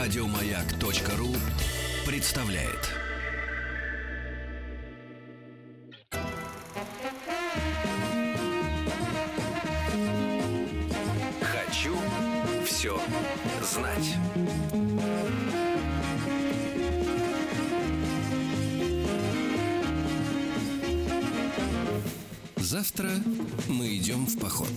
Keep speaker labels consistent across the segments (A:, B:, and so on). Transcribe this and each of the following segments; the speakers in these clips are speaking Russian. A: Радиомаяк.ру представляет. Хочу все знать. Завтра мы идем в поход.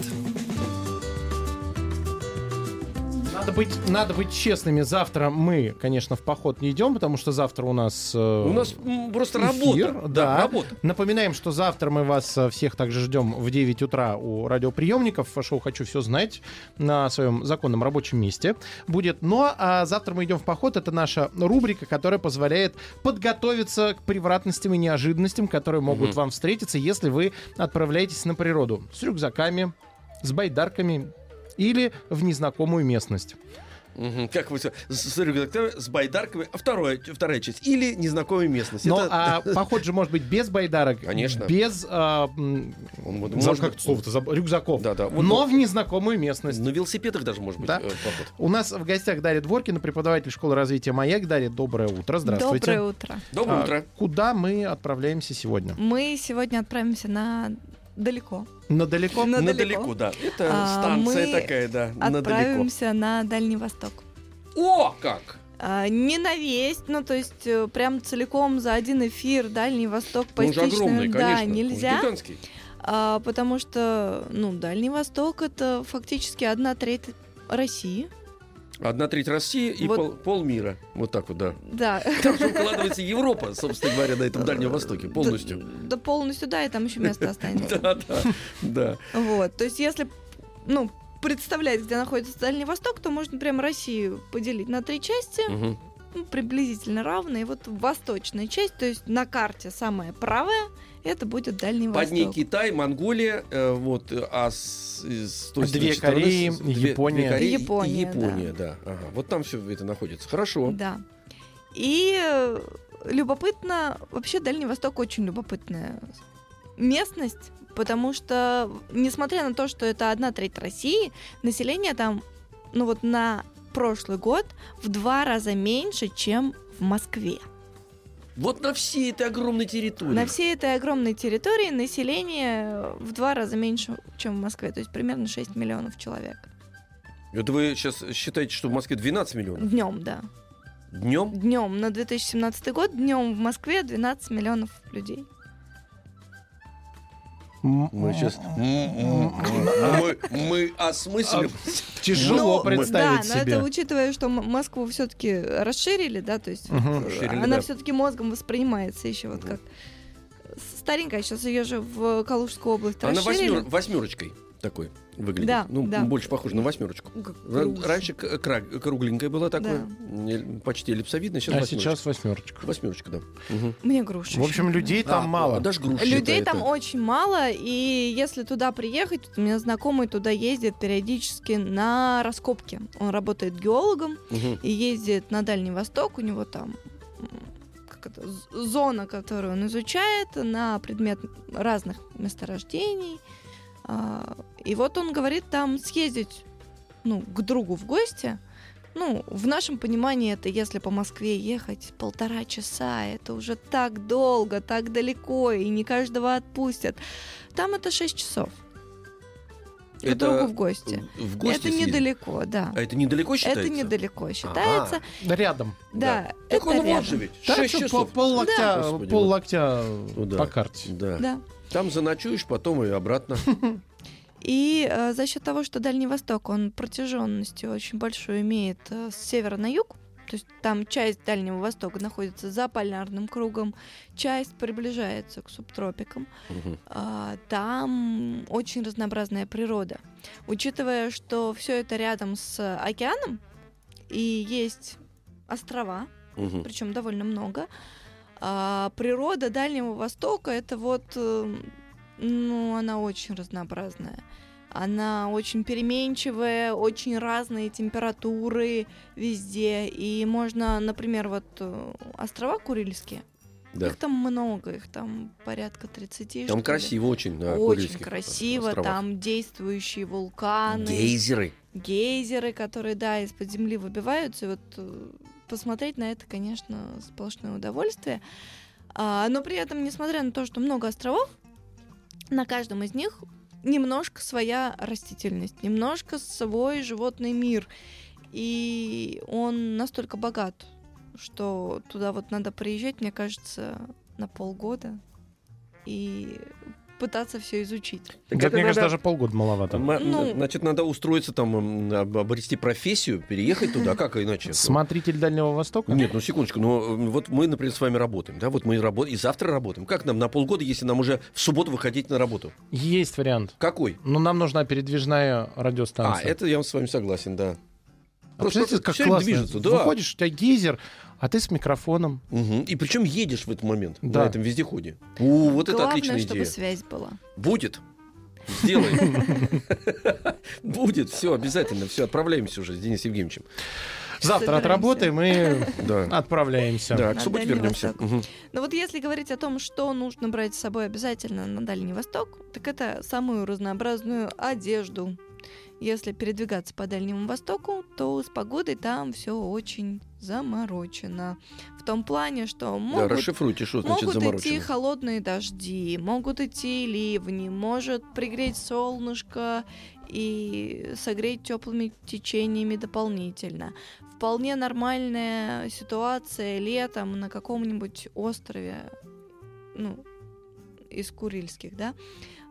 B: Надо быть, надо быть честными. Завтра мы, конечно, в поход не идем, потому что завтра у нас... э,
C: У нас м, просто работа.
B: да.
C: Да, работа.
B: Напоминаем, что завтра мы вас э, всех также ждем в 9 утра у радиоприемников. Шоу «Хочу все знать» на своем законном рабочем месте будет. Но а завтра мы идем в поход. Это наша рубрика, которая позволяет подготовиться к превратностям и неожиданностям, которые могут вам встретиться, если вы отправляетесь на природу с рюкзаками, с байдарками или в незнакомую местность.
C: Мгм, Как вы с, с рюкзаками, с байдарками. А второе, вторая часть. Или незнакомая местность.
B: Но
D: Ну,
C: Это-
B: а, поход же может быть без байдарок,
C: Конечно.
B: без а, м,
C: Он вот
B: забыл,
C: может-
B: как это слово-то, забыл, рюкзаков,
C: Да-да, вот Ну.
B: но в незнакомую местность.
C: На велосипедах даже может быть
B: Да.
C: э, поход.
B: У нас в гостях Дарья Дворкина, преподаватель школы развития «Маяк». Дарья, доброе утро, здравствуйте.
D: Доброе утро.
C: Доброе
B: А,
C: утро.
B: Куда мы отправляемся сегодня?
D: Мы сегодня отправимся на далеко.
B: На далеко?
D: На-
C: Надалеко,
D: далеко.
C: да. Это
D: А,
C: станция
D: мы
C: такая, да. Надалеко.
D: Отправимся на Дальний Восток.
C: О, как!
D: А, не на весь, ну то есть э, прям целиком за один эфир Дальний Восток по
C: Он же
D: частичным,
C: Ну, огромный,
D: да,
C: конечно. Он
D: нельзя,
C: гигантский.
D: а, потому что ну Дальний Восток это фактически одна треть России.
C: Одна треть России и
D: Вот.
C: пол- полмира. Вот так вот, да.
D: Да.
C: Там же укладывается Европа, собственно говоря, на этом Дальнем Востоке полностью.
D: Да, да, полностью, да, и там еще место останется.
C: Да, да, да.
D: Вот, то есть если, ну, представлять, где находится Дальний Восток, то можно прям Россию поделить на три части,
C: Мгм.
D: ну, приблизительно равные. Вот восточная часть, то есть на карте самая правая, это будет Дальний
C: Под ней
D: Восток.
C: Китай, Монголия, э, вот, э, а с, и с той
B: Две
C: стороны
B: Кореи,
C: с- две-
B: Япония.
C: две Кореи и- и
D: Япония, да.
C: Япония, да. Ага. Вот там все это находится. Хорошо.
D: Да. И э, любопытно, вообще Дальний Восток очень любопытная местность, потому что, несмотря на то, что это одна треть России, население там, ну вот на прошлый год в два раза меньше, чем в Москве.
C: Вот на всей этой огромной территории.
D: На всей этой огромной территории население в два раза меньше, чем в Москве, то есть примерно 6 миллионов человек.
C: Это вы сейчас считаете, что в Москве 12 миллионов?
D: Днем, да.
C: Днем?
D: Днем на 2017 год, днем в Москве 12 миллионов людей. Ну,
B: М,
C: Мы сейчас... Мы, мы осмыслим.
B: Тяжело
D: Ну,
B: представить
D: да,
B: себе.
D: но это учитывая, что М- Москву все-таки расширили, да, то есть
B: Мгм.
C: Расширили,
D: она
C: да.
D: все-таки мозгом воспринимается еще вот как старенькая. Сейчас ее же в Калужскую область
C: Она
D: расширили.
C: восьмер- восьмерочкой такой выглядит.
D: Да,
C: ну,
D: да.
C: больше похоже на восьмерочку.
D: Как
C: Ра-
D: грустно.
C: Раньше к- кра- кругленькая была такая, э, почти эллипсовидная, сейчас
B: А
C: восьмерочка.
B: сейчас восьмерочка.
C: Восьмерочка, да.
D: Мне груша.
B: В общем, людей там
C: А,
B: мало.
C: Даже груша
D: Людей
C: считает
D: там
C: это.
D: очень мало, и если туда приехать, вот у меня знакомый туда ездит периодически на раскопки. Он работает геологом
C: Мгм.
D: и ездит на Дальний Восток, у него там м, как это, з- зона, которую он изучает на предмет разных месторождений. А, И вот он говорит там съездить ну, к другу в гости. Ну, в нашем понимании это если по Москве ехать полтора часа, это уже так долго, так далеко, и не каждого отпустят. Там это 6 часов. К
C: Это
D: другу в гости.
C: В- в гости
D: это
C: съездить.
D: недалеко, да.
C: А это недалеко считается?
D: Это недалеко считается.
B: Рядом.
D: Да,
C: Так
D: это
C: он вот
D: рядом.
C: же ведь.
B: Да,
C: Шесть
B: что,
C: часов.
B: Пол, локтя,
C: Господи,
B: пол
C: вот.
B: локтя
C: Ну да.
B: по карте.
C: Да.
D: Да.
C: Там заночуешь, потом и обратно.
D: И э, за счет того, что Дальний Восток, он протяженностью очень большую имеет э, с севера на юг, то есть там часть Дальнего Востока находится за полярным кругом, часть приближается к субтропикам.
C: Мгм.
D: А, Там очень разнообразная природа. Учитывая, что все это рядом с океаном, и есть острова,
C: Мгм.
D: причем довольно много. А природа Дальнего Востока это вот, э, ну, она очень разнообразная. Она очень переменчивая, очень разные температуры везде. И можно, например, вот э, острова Курильские.
C: Да.
D: Их там много, их там порядка 30. что
C: Там
D: ли.
C: красиво очень, на
D: Очень
C: Курильских
D: красиво,
C: островах.
D: там действующие вулканы,
C: Гейзеры.
D: гейзеры, которые, да, из-под земли выбиваются. И вот э, посмотреть на это, конечно, сплошное удовольствие. А, но при этом, несмотря на то, что много островов, на каждом из них немножко своя растительность, немножко свой животный мир. И он настолько богат, что туда вот надо приезжать, мне кажется, на полгода и пытаться все изучить.
C: Так
B: Да,
C: это
B: мне кажется,
C: надо-
B: даже полгода маловато.
C: Ма-
D: Ну.
C: Значит, надо устроиться там, м, об- обрести профессию, переехать туда, как иначе?
B: Смотритель Дальнего Востока?
C: Нет, ну секундочку, но э, вот мы, например, с вами работаем, да, вот мы работаем, и завтра работаем. Как нам на полгода, если нам уже в субботу выходить на работу?
B: Есть вариант.
C: Какой?
B: Но нам нужна передвижная
C: А,
B: радиостанция.
C: это я с вами согласен, да.
B: А
C: просто
B: представляете,
C: как
B: как
C: всё время
B: классно.
C: движется, да.
B: Выходишь, у тебя гейзер, а ты с микрофоном.
C: Мгм. И причем едешь в этот момент
B: Да.
C: на этом вездеходе. У, вот это
D: Главное,
C: отличная
D: чтобы
C: идея.
D: связь была.
C: Будет. Сделай. Будет, все, обязательно, все, отправляемся уже с Денисом Евгеньевичем.
B: Завтра
D: Собираемся.
B: отработаем и
C: Да.
B: отправляемся.
C: Да,
D: На
C: к субботе
D: Дальний
C: вернемся.
D: Восток. Но вот если говорить о том, что нужно брать с собой обязательно на Дальний Восток, так это самую разнообразную одежду. Если передвигаться по Дальнему Востоку, то с погодой там все очень заморочено. В том плане, что
C: Да,
D: могут,
C: расшифруйте, что значит
D: могут идти
C: заморочено.
D: холодные дожди, могут идти ливни, может пригреть солнышко и согреть теплыми течениями дополнительно. Вполне нормальная ситуация летом на каком-нибудь острове, ну, из Курильских, да,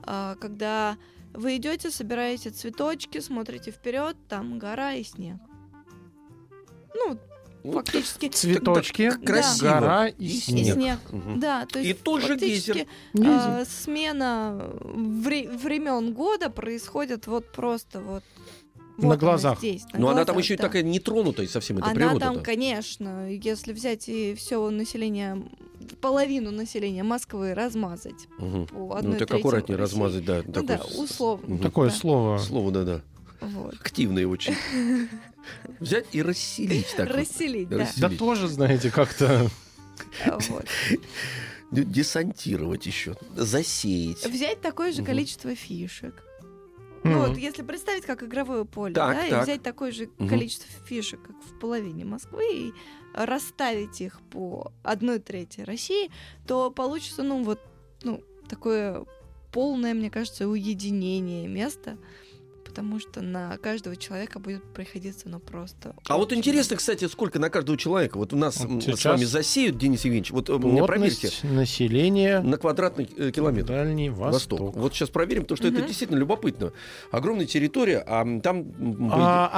D: а, когда вы идете, собираете цветочки, смотрите вперед, там гора и снег. Ну,
C: Вот так.
D: фактически
B: Цветочки,
C: Так, красиво.
B: гора и
C: И
D: и
B: снег. Ну,
D: снег.
C: Мгм.
D: Да, то
C: И
D: есть
C: тот же
D: фактически
C: гейзер.
D: а, смена времен года происходит вот просто вот.
B: На
D: вот она
B: глазах.
D: здесь, на
C: Но Ну, она там
D: глазах,
C: еще и
D: да.
C: такая нетронутая совсем, эта
D: Она там,
C: природа.
D: конечно, если взять и все население, половину населения Москвы размазать
C: Мгм.
D: по одной
C: Ну, так
D: трети
C: аккуратнее
D: России.
C: размазать, да.
D: Ну
C: такой
D: да,
C: с-
D: условно.
C: Мгм.
B: Такое
D: Да,
B: слово.
C: Слово, да-да.
D: вот.
C: Активное очень. Взять и расселить так. вот.
D: Расселить, да.
C: Расселить.
B: Да тоже, знаете, как-то...
D: А, вот.
C: Д- Десантировать еще. Засеять.
D: Взять такое же
C: Мгм.
D: количество фишек.
B: Мгм.
D: Ну вот, если представить как игровое поле,
C: Так,
D: да,
C: так.
D: и взять такое же
C: Мгм.
D: количество фишек, как в половине Москвы, и расставить их по одной трети России, то получится, ну, вот, ну, такое полное, мне кажется, уединение места, потому что на каждого человека будет приходиться, ну, просто...
C: А вот
D: очень
C: интересно, кстати, сколько на каждого человека. Вот у нас м,
B: Вот
C: с вами
B: сейчас
C: засеют, Денис Евгеньевич. Вот э, мне проверьте.
B: Плотность населения
C: На квадратный э, километр.
B: Дальний
C: Восток.
B: Восток.
C: Вот сейчас проверим, потому что это
D: Мгм.
C: действительно любопытно. Огромная территория, а м, там... м,
B: А,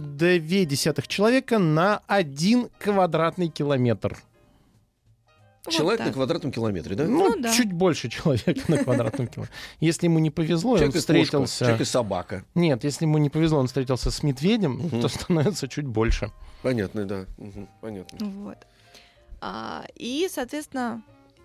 B: 1,2 человека на 1 квадратный километр.
D: много. Вот
C: Человек на
D: так.
C: квадратном километре, да?
B: Ну,
D: Ну да.
B: чуть больше человека на квадратном километре. Если ему не повезло, и он
C: человек и кошка,
B: встретился...
C: человек и собака.
B: Нет, если ему не повезло, он встретился с медведем,
C: Мгм.
B: то становится чуть больше.
C: Понятно, да. Мгм, понятно.
D: Вот. А, и, соответственно,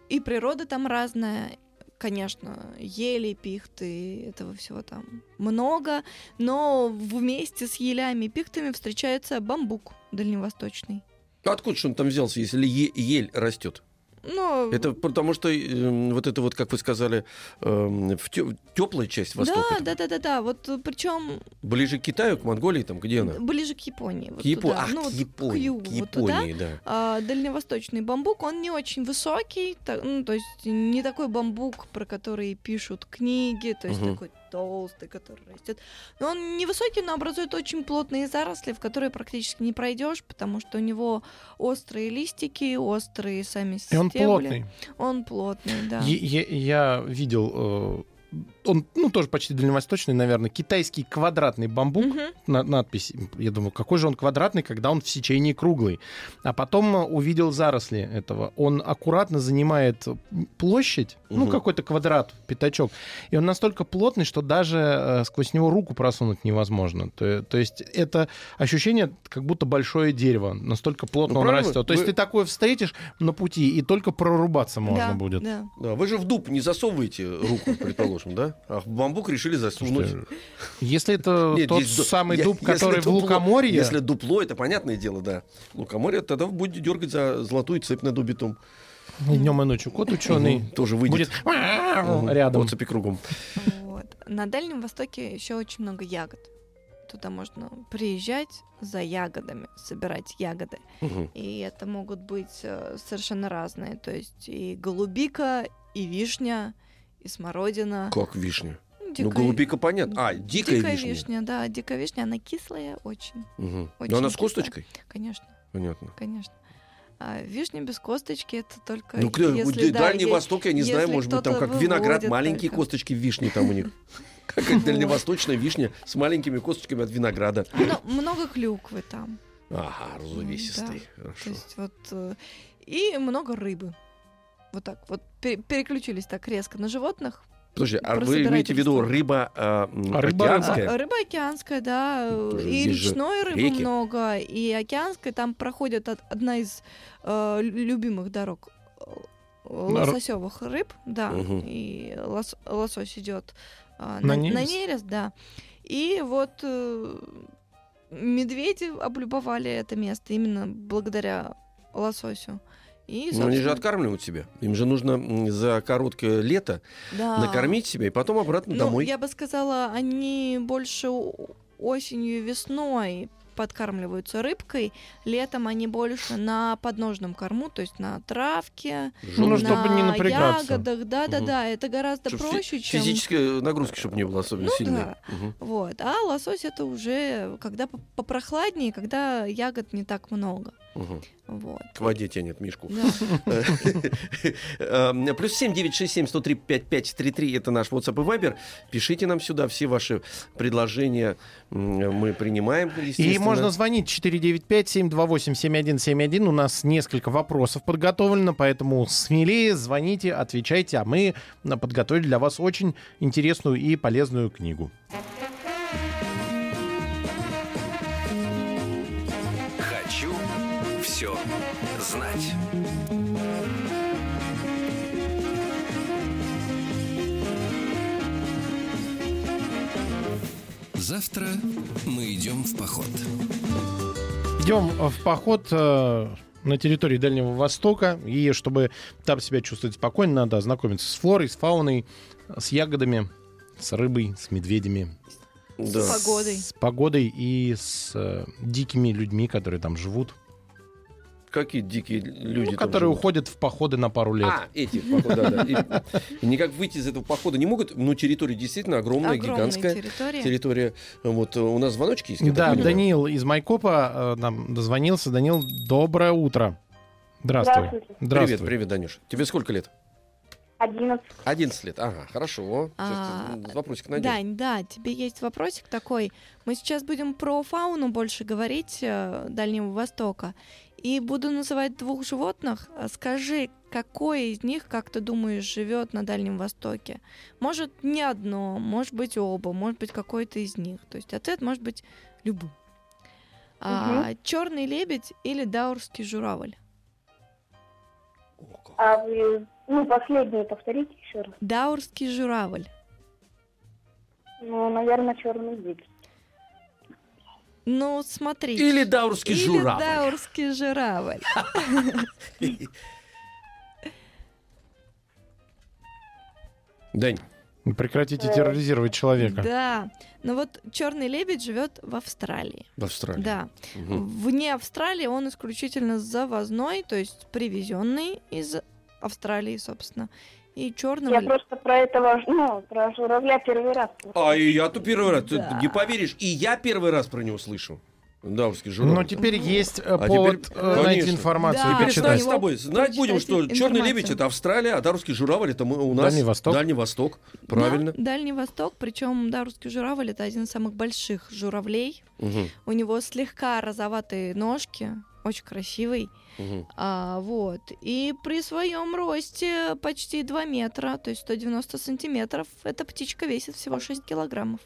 D: и природа там разная. Конечно, ели, пихты, этого всего там много. Но вместе с елями и пихтами встречается бамбук дальневосточный.
C: А Откуда же он там взялся, если е- ель растет?
D: Ну,
C: Это потому что эм, вот это вот, как вы сказали, эм, в теплая часть Востока,
D: да,
C: там,
D: да, да, да, да. Вот причем
C: ближе к Китаю, к Монголии, там где она?
D: ближе к Японии. вот
C: Ну К Японии,
D: туда.
C: ах,
D: Ну,
C: к
D: вот
C: Японии,
D: к югу,
C: к
D: вот туда.
C: Японии, да.
D: А, дальневосточный бамбук, он не очень высокий, та- ну, то есть не такой бамбук, про который пишут книги, то есть
C: Мгм.
D: такой толстый, который растет. Но он невысокий, но образует очень плотные заросли, в которые практически не пройдешь, потому что у него острые листики, острые сами
B: И
D: стебли.
B: он плотный.
D: Он плотный, да.
B: Е- е- Я видел... э, Он, ну, тоже почти дальневосточный, наверное, китайский квадратный бамбук.
D: Мгм.
B: на- надпись. Я думаю, какой же он квадратный, когда он в сечении круглый. А потом э, увидел заросли этого. Он аккуратно занимает м, площадь, ну,
C: Мгм.
B: какой-то квадрат, пятачок. И он настолько плотный, что даже э, сквозь него руку просунуть невозможно. То, то есть это ощущение, как будто большое дерево. Настолько плотно
C: Ну,
B: он
C: правильно.
B: растет. То есть
C: Вы-
B: ты такое встретишь на пути, и только прорубаться можно
D: Да,
B: будет.
D: да.
C: Да, вы же в дуб не засовываете руку, предположим, да? А в бамбук решили засунуть.
B: Слушайте, Если это
C: Нет,
B: тот
C: здесь ду-
B: самый
C: я-
B: дуб,
C: если
B: который в
C: дупло-
B: Лукоморье...
C: Если Ну, а дупло, это понятное дело, да. Лукоморье, тогда будет дергать за золотую цепь на дубе том.
B: И днем и ночью кот ученый.
C: Мгм. Тоже выйдет.
B: Будет мяу
C: Мгм.
B: рядом.
C: Оцепи кругом.
D: Вот. На Дальнем Востоке еще очень много ягод. Туда можно приезжать за ягодами, собирать ягоды.
C: Мгм.
D: И это могут быть э, совершенно разные. То есть и голубика, и вишня, и смородина.
C: Как вишня?
D: Ну,
C: Ну,
D: дикая-
C: голубика понятно. А, дикая, вишня.
D: да, дикая вишня, она кислая очень,
C: Мгм.
D: Очень
C: Но она с
D: вкусно.
C: косточкой?
D: конечно,
C: Понятно.
D: конечно. А вишня без косточки это только
C: Ну, кто-
D: если,
C: Д-
D: да,
C: Дальний
D: е-
C: Восток, я не знаю,
D: если
C: может быть, там
D: кто-то
C: как виноград,
D: выводит
C: маленькие
D: только.
C: косточки вишни там у них. Как как дальневосточная вишня с маленькими косточками от винограда.
D: Мно- Ну, много клюквы там.
C: Ага, развесистый.
D: То
C: Хорошо.
D: есть вот э, и много рыбы. Вот так вот пере- переключились так резко на животных.
C: Подожди, а
D: про
C: вы имеете в виду
D: собирательство.
C: рыба а, м,
B: А рыба-
D: А,
C: океанская?
D: а, Рыба океанская, да,
C: Ну,
D: э,
C: тоже
D: и
C: здесь же
D: речной рыбы
C: реки.
D: много, и океанская. Там проходит од- одна из э, лю- любимых дорог э, лососевых рыб, да,
C: Мгм.
D: и лос- лосось идет э,
B: На
D: на, на
B: нерест.
D: нерест, да. И вот э, медведи облюбовали это место именно благодаря лососю. И,
C: Но они же
D: собственно,
C: откармливают себя. Им же нужно м, за короткое лето
D: да.
C: накормить себя и потом обратно
D: А. Ну,
C: домой.
D: я бы сказала, они больше о- осенью и весной подкармливаются рыбкой, летом они больше на подножном корму, то есть на травке,
C: Жёлтый.
B: Ну, чтобы не
D: на
B: напрягаться.
D: ягодах, да-да-да, это гораздо
C: Чтоб фи-
D: проще, чем...
C: Физической нагрузки, чтобы не было особенно
D: Ну
C: сильной.
D: да.
C: Мгм.
D: Вот, а лосось это уже когда по- попрохладнее, когда ягод не так много,
C: Мгм.
D: вот.
C: К воде тянет мишку.
D: Да.
C: Э, Плюс семь девять шесть семь сто три пять пять три три это наш WhatsApp и Viber. Пишите нам сюда все ваши предложения м, мы принимаем.
B: И
C: естественно.
B: можно звонить 495-728-7171. У нас несколько вопросов подготовлено, поэтому смелее звоните, отвечайте. А мы э, подготовили для вас очень интересную и полезную книгу.
A: Хочу все знать. Завтра мы идем в поход.
B: Идем в поход э, на территории Дальнего Востока. И чтобы там себя чувствовать спокойно, надо ознакомиться с флорой, с фауной, с ягодами, с рыбой, с медведями,
C: Да.
D: С погодой.
B: с погодой и с э, дикими людьми, которые там живут,
C: Какие дикие люди.
B: Ну,
C: там
B: которые
C: живут.
B: уходят в походы на пару лет.
C: А, эти, поход, да, да. И- и никак выйти из этого похода не могут. Ну, территория действительно огромная,
D: Огромная
C: гигантская.
D: территория.
C: Территория. Вот э, у нас звоночки есть. я
B: Да,
C: так понимаю?
B: Даниил из Майкопа э, нам дозвонился. Даниил, доброе утро. Здравствуй.
E: Здравствуйте.
B: Здравствуй.
C: Привет, привет, Данюш. Тебе сколько лет?
E: 11.
C: 11 лет. Ага, хорошо.
D: А,
C: Сейчас, э, Вопросик найдем.
D: Дань, да, тебе есть вопросик такой. Мы сейчас будем про фауну больше говорить э, Дальнего Востока. И буду называть двух животных. А Скажи, какое из них, как ты думаешь, живет на Дальнем Востоке? Может, не одно, может быть, оба, может быть, какой-то из них. То есть ответ может быть любым. черный лебедь или даурский журавль?
C: О, как.
E: А вы, ну, последний повторите еще раз.
D: Даурский журавль.
E: Ну, наверное, черный лебедь.
D: Ну, смотри.
C: Или даурский
D: Или
C: журавль.
D: даурский журавль.
C: Дань,
B: Прекратите терроризировать человека.
D: Да. Но вот черный лебедь живет в Австралии.
C: в Австралии. Хм.
D: Да.
C: Мгм.
D: Вне Австралии он исключительно завозной, то есть привезенный из Австралии, собственно. И черного
E: Я просто про этого, ну, про журавля первый раз. слышу.
C: А и я тут первый раз, ты
D: Да.
C: не поверишь, и я первый раз про него слышу. Даурский журнал.
B: Но теперь есть э,
C: А
B: повод
C: теперь-
B: э, найти
C: Конечно.
B: информацию
D: Да,
B: и
C: Теперь знаем
B: почитать.
D: перестань
C: с
D: А, его
C: тобой. Знать
D: прочитать
C: будем, что черный
D: информацию.
C: лебедь это Австралия, а даурский журавль это мы у нас
B: Дальний Восток.
C: Дальний Восток. Правильно.
D: Да, Дальний Восток, причем Дарусский журавль это один из самых больших журавлей.
C: Мгм,
D: У него слегка розоватые ножки, очень красивый.
C: мгм.
D: А, вот. И при своем росте почти 2 метра, то есть 190 сантиметров, эта птичка весит всего 6 килограммов.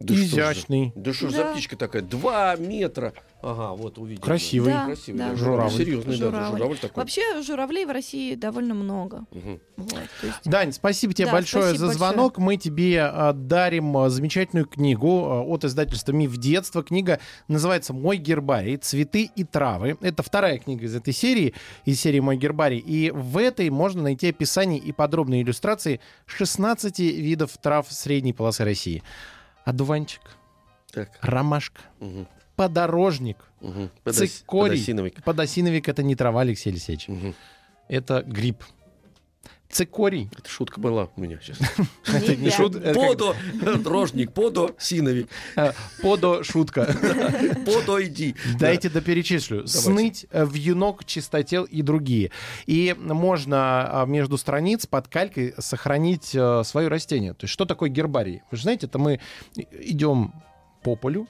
C: Да что ж за-
B: Изящный.
C: Да что ж за
D: Да.
C: птичка такая? Два метра. Ага, вот увидел.
B: Красивый.
D: Да,
C: Красивый.
D: да.
B: Журавль.
C: Серьезный, да,
D: Журавль.
C: журавль такой.
D: Вообще журавлей в России довольно много.
C: Мгм.
D: Вот, то есть-
B: Дань, спасибо тебе
D: Да,
B: большое
D: спасибо
B: за звонок. Мы тебе а, дарим а, замечательную книгу а, от издательства «Миф детства». Книга называется «Мой гербарий. Цветы и травы». Это вторая книга из этой серии, из серии «Мой гербарий». И в этой можно найти описание и подробные иллюстрации 16 видов трав средней полосы России. Одуванчик,
C: Так.
B: ромашка,
C: Мгм.
B: подорожник,
C: Мгм. Подос-
B: цикорий.
C: подосиновик.
B: Подосиновик — это не трава, Алексей Алексеевич.
C: Мгм.
B: Это гриб. Цикорий.
C: Это шутка была у меня сейчас.
B: Это не
D: Нельзя.
B: шутка. это как-
C: Подо, дрожник, подо, синовик,
B: Э, Подо шутка.
C: подо иди.
B: Дайте доперечислю. Сныть, э, вьюнок, чистотел и другие. И можно а, между страниц под калькой сохранить э, свое растение. То есть что такое гербарий? Вы же знаете, это мы э, идем по полю.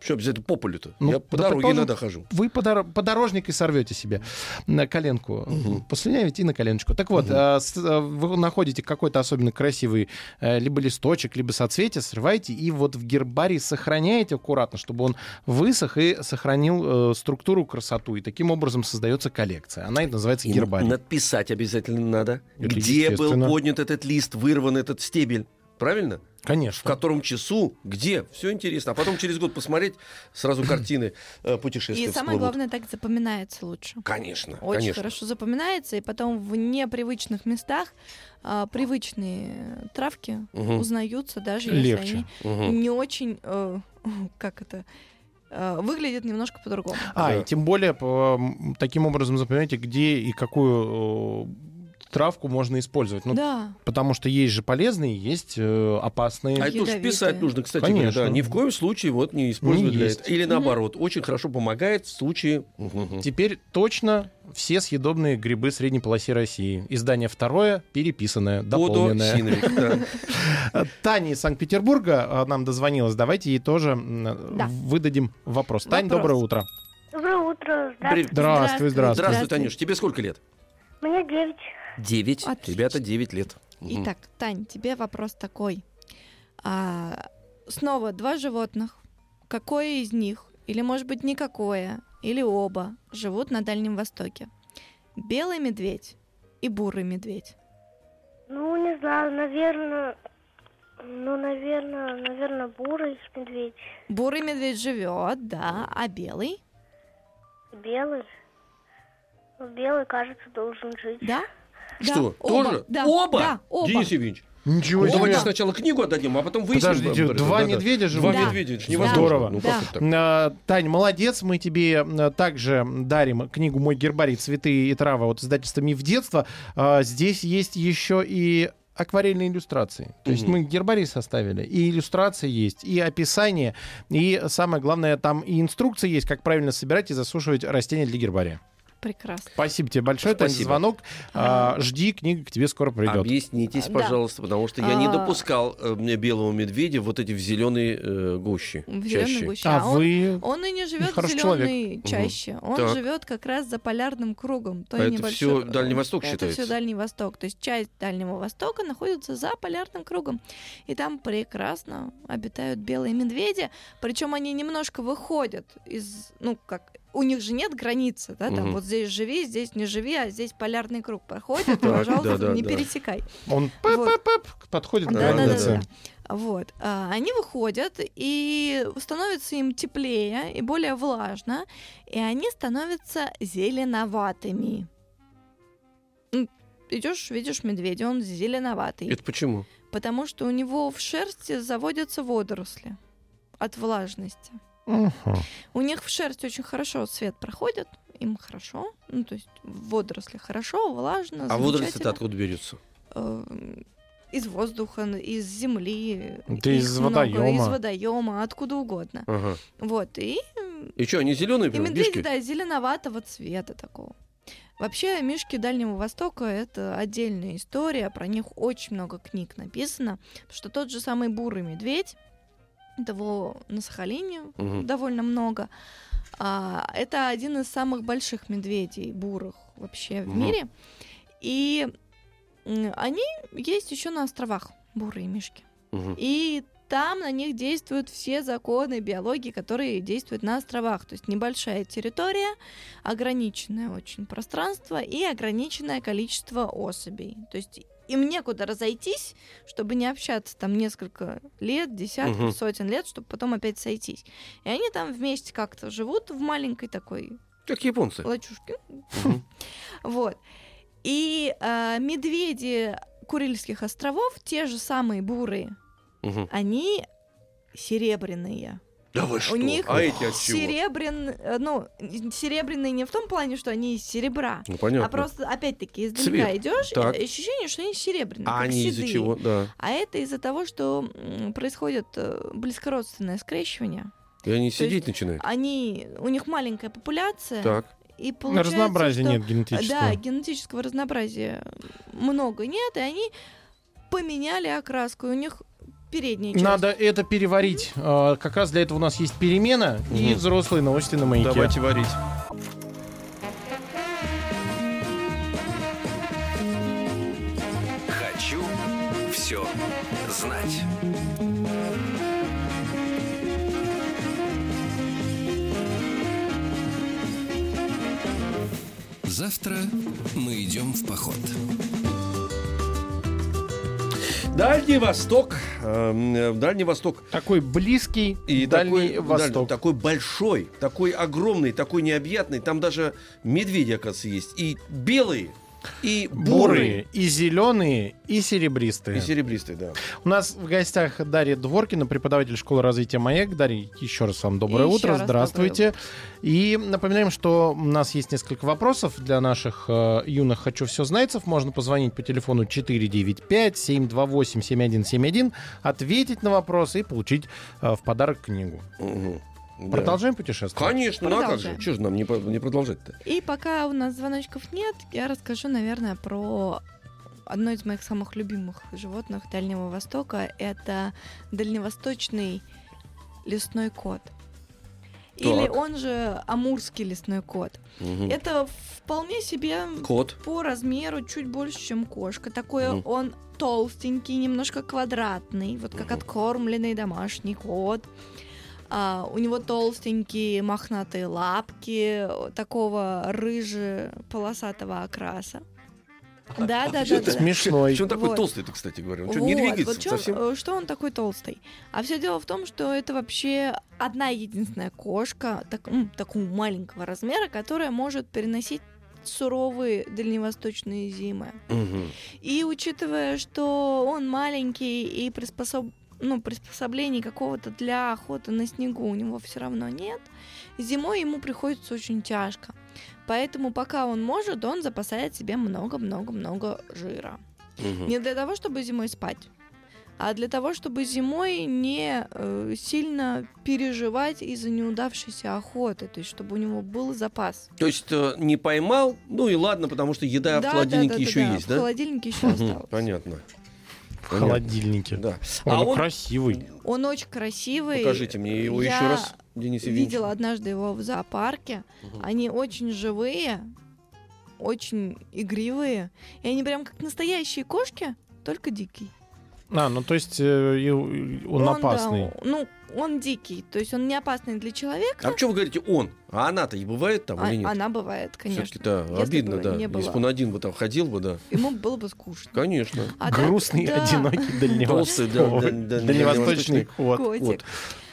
C: Что обязательно по полю-то?
B: Ну,
C: Я по
B: да,
C: дороге
B: предположим,
C: иногда хожу.
B: Вы подор- подорожник и сорвете себе на коленку. Послюнявите и на коленочку. Так вот, э, с- э, вы находите какой-то особенно красивый э, либо листочек, либо соцветие, срываете и вот в гербарий сохраняете аккуратно, чтобы он высох и сохранил э, структуру, красоту. И таким образом создается коллекция. Она и называется
C: И
B: гербарий.
C: Надписать обязательно надо,
B: Это
C: где был
B: естественно.
C: поднят этот лист, вырван этот стебель. Правильно? В
B: Конечно.
C: котором часу, где? Все интересно. А потом через год посмотреть сразу картины э, путешествия.
D: И самое
C: всплывут.
D: главное, так запоминается лучше.
C: Конечно,
D: Очень
C: конечно.
D: хорошо запоминается, и потом в непривычных местах а, привычные травки
C: Мгм.
D: узнаются, даже
B: Легче.
D: если они
C: Мгм.
D: не очень, э, как это, э, выглядят немножко по-другому.
B: А,
C: Да.
B: и тем более, по- м, таким образом запоминаете, где и какую э, травку можно использовать. Ну,
D: Да.
B: Потому что есть же полезные, есть э, опасные.
C: А это тоже
D: Ядовитые.
C: писать нужно, кстати. говоря,
B: Конечно.
C: да. ни в коем случае вот не использовать
B: Не
C: для
B: есть.
C: этого. Или наоборот, очень хорошо помогает в случае... Мгм.
B: Теперь точно все съедобные грибы средней полосе России. Издание второе, переписанное, дополненное.
C: Подосиновик, да.
B: Таня из Санкт-Петербурга э, нам дозвонилась. Давайте ей тоже м,
D: Да.
B: выдадим вопрос. Тань,
D: Вопрос.
B: доброе утро.
E: Доброе утро.
C: Привет.
B: Здравствуй, здравствуй.
C: Здравствуй, Танюш. Тебе сколько лет?
E: Мне 9.
C: Девять.
D: Отлично.
C: Ребята, девять лет. Мгм.
D: Итак, Тань, тебе вопрос такой. А, снова два животных. Какое из них, или может быть никакое, или оба, живут на Дальнем Востоке? Белый медведь и бурый медведь.
E: Ну, не знаю, наверное... Ну, наверное, наверное, бурый медведь.
D: Бурый медведь живет, да, а белый,
E: Белый. Ну, Белый, кажется, должен жить.
D: да?
C: Что,
D: Да, оба,
C: тоже?
D: Да,
C: оба?
D: Да, оба.
C: Денис Евгеньевич,
B: Ничего
C: ну,
B: себе.
C: давайте сначала книгу отдадим, а потом выясним.
B: Подождите,
C: Да,
B: два
C: да, да.
B: медведя живут.
C: Два
D: Да.
C: медведя, это же
B: Да.
C: невозможно.
B: Здорово.
C: Ну,
D: Да.
C: как это так?
B: Э, Тань, молодец, мы тебе э, также дарим книгу «Мой гербарий. Цветы и травы» от издательства «Миф детства». Э, Здесь есть еще и акварельные иллюстрации. То есть
C: Мгм.
B: мы гербарий составили, и иллюстрации есть, и описание, и самое главное, там и инструкции есть, как правильно собирать и засушивать растения для гербария.
D: Прекрасно.
B: Спасибо тебе большое, Тань, за
C: Спасибо.
B: звонок. Э, Жди, книга к тебе скоро придет.
C: Объяснитесь,
D: Да.
C: пожалуйста, потому что я не
D: А.
C: допускал э, мне белого медведя вот эти в зеленые э, гущи.
D: В
C: чаще.
D: зеленой гуще.
B: А
D: А он-
B: вы...
D: Он и не живет в
B: Ну, Хороший человек.
D: зеленой чаще. Он
C: Так.
D: живет как раз за полярным кругом.
C: А
D: той
C: это всё
D: небольшой-
C: Дальний Восток
D: это
C: считается?
D: все Дальний Восток. То есть часть Дальнего Востока находится за полярным кругом. И там прекрасно обитают белые медведи. Причем они немножко выходят из... Ну, как... У них же нет границы, да, там
C: Мгм.
D: вот здесь живи, здесь не живи, а здесь полярный круг проходит,
C: Так,
D: пожалуйста,
C: да-да-да.
D: не пересекай.
B: Он
D: Вот.
B: пэп-пэп-пэп подходит к
C: Да, да, да,
B: границе.
C: да.
D: Вот. А, Они выходят, и становится им теплее и более влажно, и они становятся зеленоватыми. Идешь, видишь медведя, он зеленоватый,
C: Это почему?
D: потому что у него в шерсти заводятся водоросли от влажности.
B: Мгм.
D: У них в шерсть очень хорошо свет проходит, им хорошо, ну то есть водоросли хорошо, влажно,
C: А водоросли-то
D: замечательно.
C: откуда берется?
D: э, из воздуха, н- из земли,
B: Да
D: их
B: из
D: много,
B: водоёма.
D: из водоема, откуда угодно.
C: Ага.
D: Вот и,
C: И что, они зеленые
D: и
C: прям,
D: медведи,
C: мишки?
D: да, зеленоватого цвета такого. Вообще мишки Дальнего Востока это отдельная история, про них очень много книг написано, потому что тот же самый бурый медведь, того на Сахалине
C: Мгм.
D: довольно много. А, это один из самых больших медведей бурых вообще в
C: Мгм.
D: мире. И м, они есть еще на островах бурые мишки.
C: Мгм.
D: И там на них действуют все законы биологии, которые действуют на островах. То есть небольшая территория, ограниченное очень пространство и ограниченное количество особей. То есть им некуда разойтись, чтобы не общаться там несколько лет, десятков,
C: Мгм.
D: сотен лет, чтобы потом опять сойтись. И они там вместе как-то живут в маленькой такой
C: Как японцы.
D: лачушке.
C: Мгм.
D: Вот. И а, медведи Курильских островов, те же самые бурые,
C: Мгм.
D: они серебряные.
C: Да вы что?
D: них
C: А эти от чего?
D: Серебрян, э, ну, серебряные не в том плане, что они из серебра,
C: Ну, понятно.
D: а просто, опять-таки, издалека
C: Цвет.
D: идешь, и
C: Так.
D: ощущение, что они серебряные.
C: А
D: как
C: они из-за
D: седые.
C: чего? Да.
D: А это из-за того, что м, происходит э, близкородственное скрещивание.
C: И они
D: То есть-
C: сидеть начинают.
D: Они, у них маленькая популяция,
C: Так.
D: и получается,
B: Разнообразия
D: что-
B: нет генетического.
D: Да, генетического разнообразия много нет, и они поменяли окраску, и у них передняя часть.
B: Надо это переварить. А, Как раз для этого у нас есть перемена и
C: Мгм.
B: взрослые новости на маяке.
C: Давайте варить.
A: Хочу все знать. Завтра мы идем в поход.
C: Дальний Восток. Эм, э, Дальний Восток.
B: Такой близкий
C: И
B: и Дальний
C: такой,
B: Восток.
C: да, такой большой, такой огромный, такой необъятный. Там даже медведи, оказывается, есть. И белые, и бурые,
B: Бурые, и зеленые, и серебристые.
C: и серебристые, да.
B: У нас в гостях Дарья Дворкина, преподаватель школы развития «Маяк». Дарья, еще раз вам доброе
D: Еще
B: утро,
D: раз
B: здравствуйте. И напоминаем, что у нас есть несколько вопросов для наших э, юных «Хочу все знайцев». Можно позвонить по телефону 495-728-7171, ответить на вопросы и получить э, в подарок книгу.
C: Мгм. Да.
B: Продолжаем путешествие?
C: Конечно, ну а как же?
D: Продолжаем.
C: Чего же нам не, по- не продолжать-то?
D: И пока у нас звоночков нет, я расскажу, наверное, про одно из моих самых любимых животных Дальнего Востока. Это дальневосточный лесной кот. Или
C: Так.
D: он же амурский лесной кот.
C: Мгм.
D: Это вполне себе
C: Кот.
D: по размеру чуть больше, чем кошка. Такой
C: Мгм.
D: он толстенький, немножко квадратный, вот как
C: Мгм.
D: откормленный домашний кот. А, у него толстенькие мохнатые лапки э, такого рыже-полосатого окраса. Да, да, да.
C: это
D: да.
B: Смешной.
C: Почему он такой
D: Вот.
C: толстый, ты, кстати говоря? Он что, не
D: Вот,
C: двигается
D: вот чё-
C: совсем?
D: э, что он такой толстый? А все дело в том, что это вообще одна единственная кошка так- м, такого маленького размера, которая может переносить суровые дальневосточные зимы.
C: Мгм.
D: И учитывая, что он маленький и приспособ... ну, приспособлений какого-то для охоты на снегу у него все равно нет, зимой ему приходится очень тяжко. Поэтому пока он может, он запасает себе много-много-много жира.
C: Мгм.
D: Не для того, чтобы зимой спать, а для того, чтобы зимой не э, сильно переживать из-за неудавшейся охоты, то есть чтобы у него был запас.
C: То есть э, не поймал, ну и ладно, потому что еда в холодильнике еще
D: да,
C: есть,
D: В
C: да?
D: холодильнике еще
C: Мгм,
D: осталось.
C: Понятно.
B: В холодильнике.
C: Да.
B: Он
C: А он,
B: красивый.
D: Он очень красивый.
C: покажите мне его
D: Я
C: еще раз, Денис Евгеньевич.
D: видела однажды его в зоопарке.
C: Мгм.
D: Они очень живые, очень игривые. И они прям как настоящие кошки, только дикие.
B: А, ну то есть э, и- и он,
D: да,
B: опасный.
D: ну, он дикий, то есть он не опасный для человека.
C: А почему вы говорите он? А она-то и бывает там
D: а-
C: или нет?
D: она бывает,
C: Все-таки
D: конечно.
C: да,
D: Если
C: обидно,
D: бы
C: да.
D: не
C: Если
D: было.
C: бы он один бы там ходил бы, да.
D: Ему было бы скучно.
C: Конечно.
D: А так-
B: Грустный,
D: да,
B: одинокий дальневосточный,
C: Толстый, да, да, да, дальневосточный
B: дальневосточный кот.
D: котик.
C: Вот.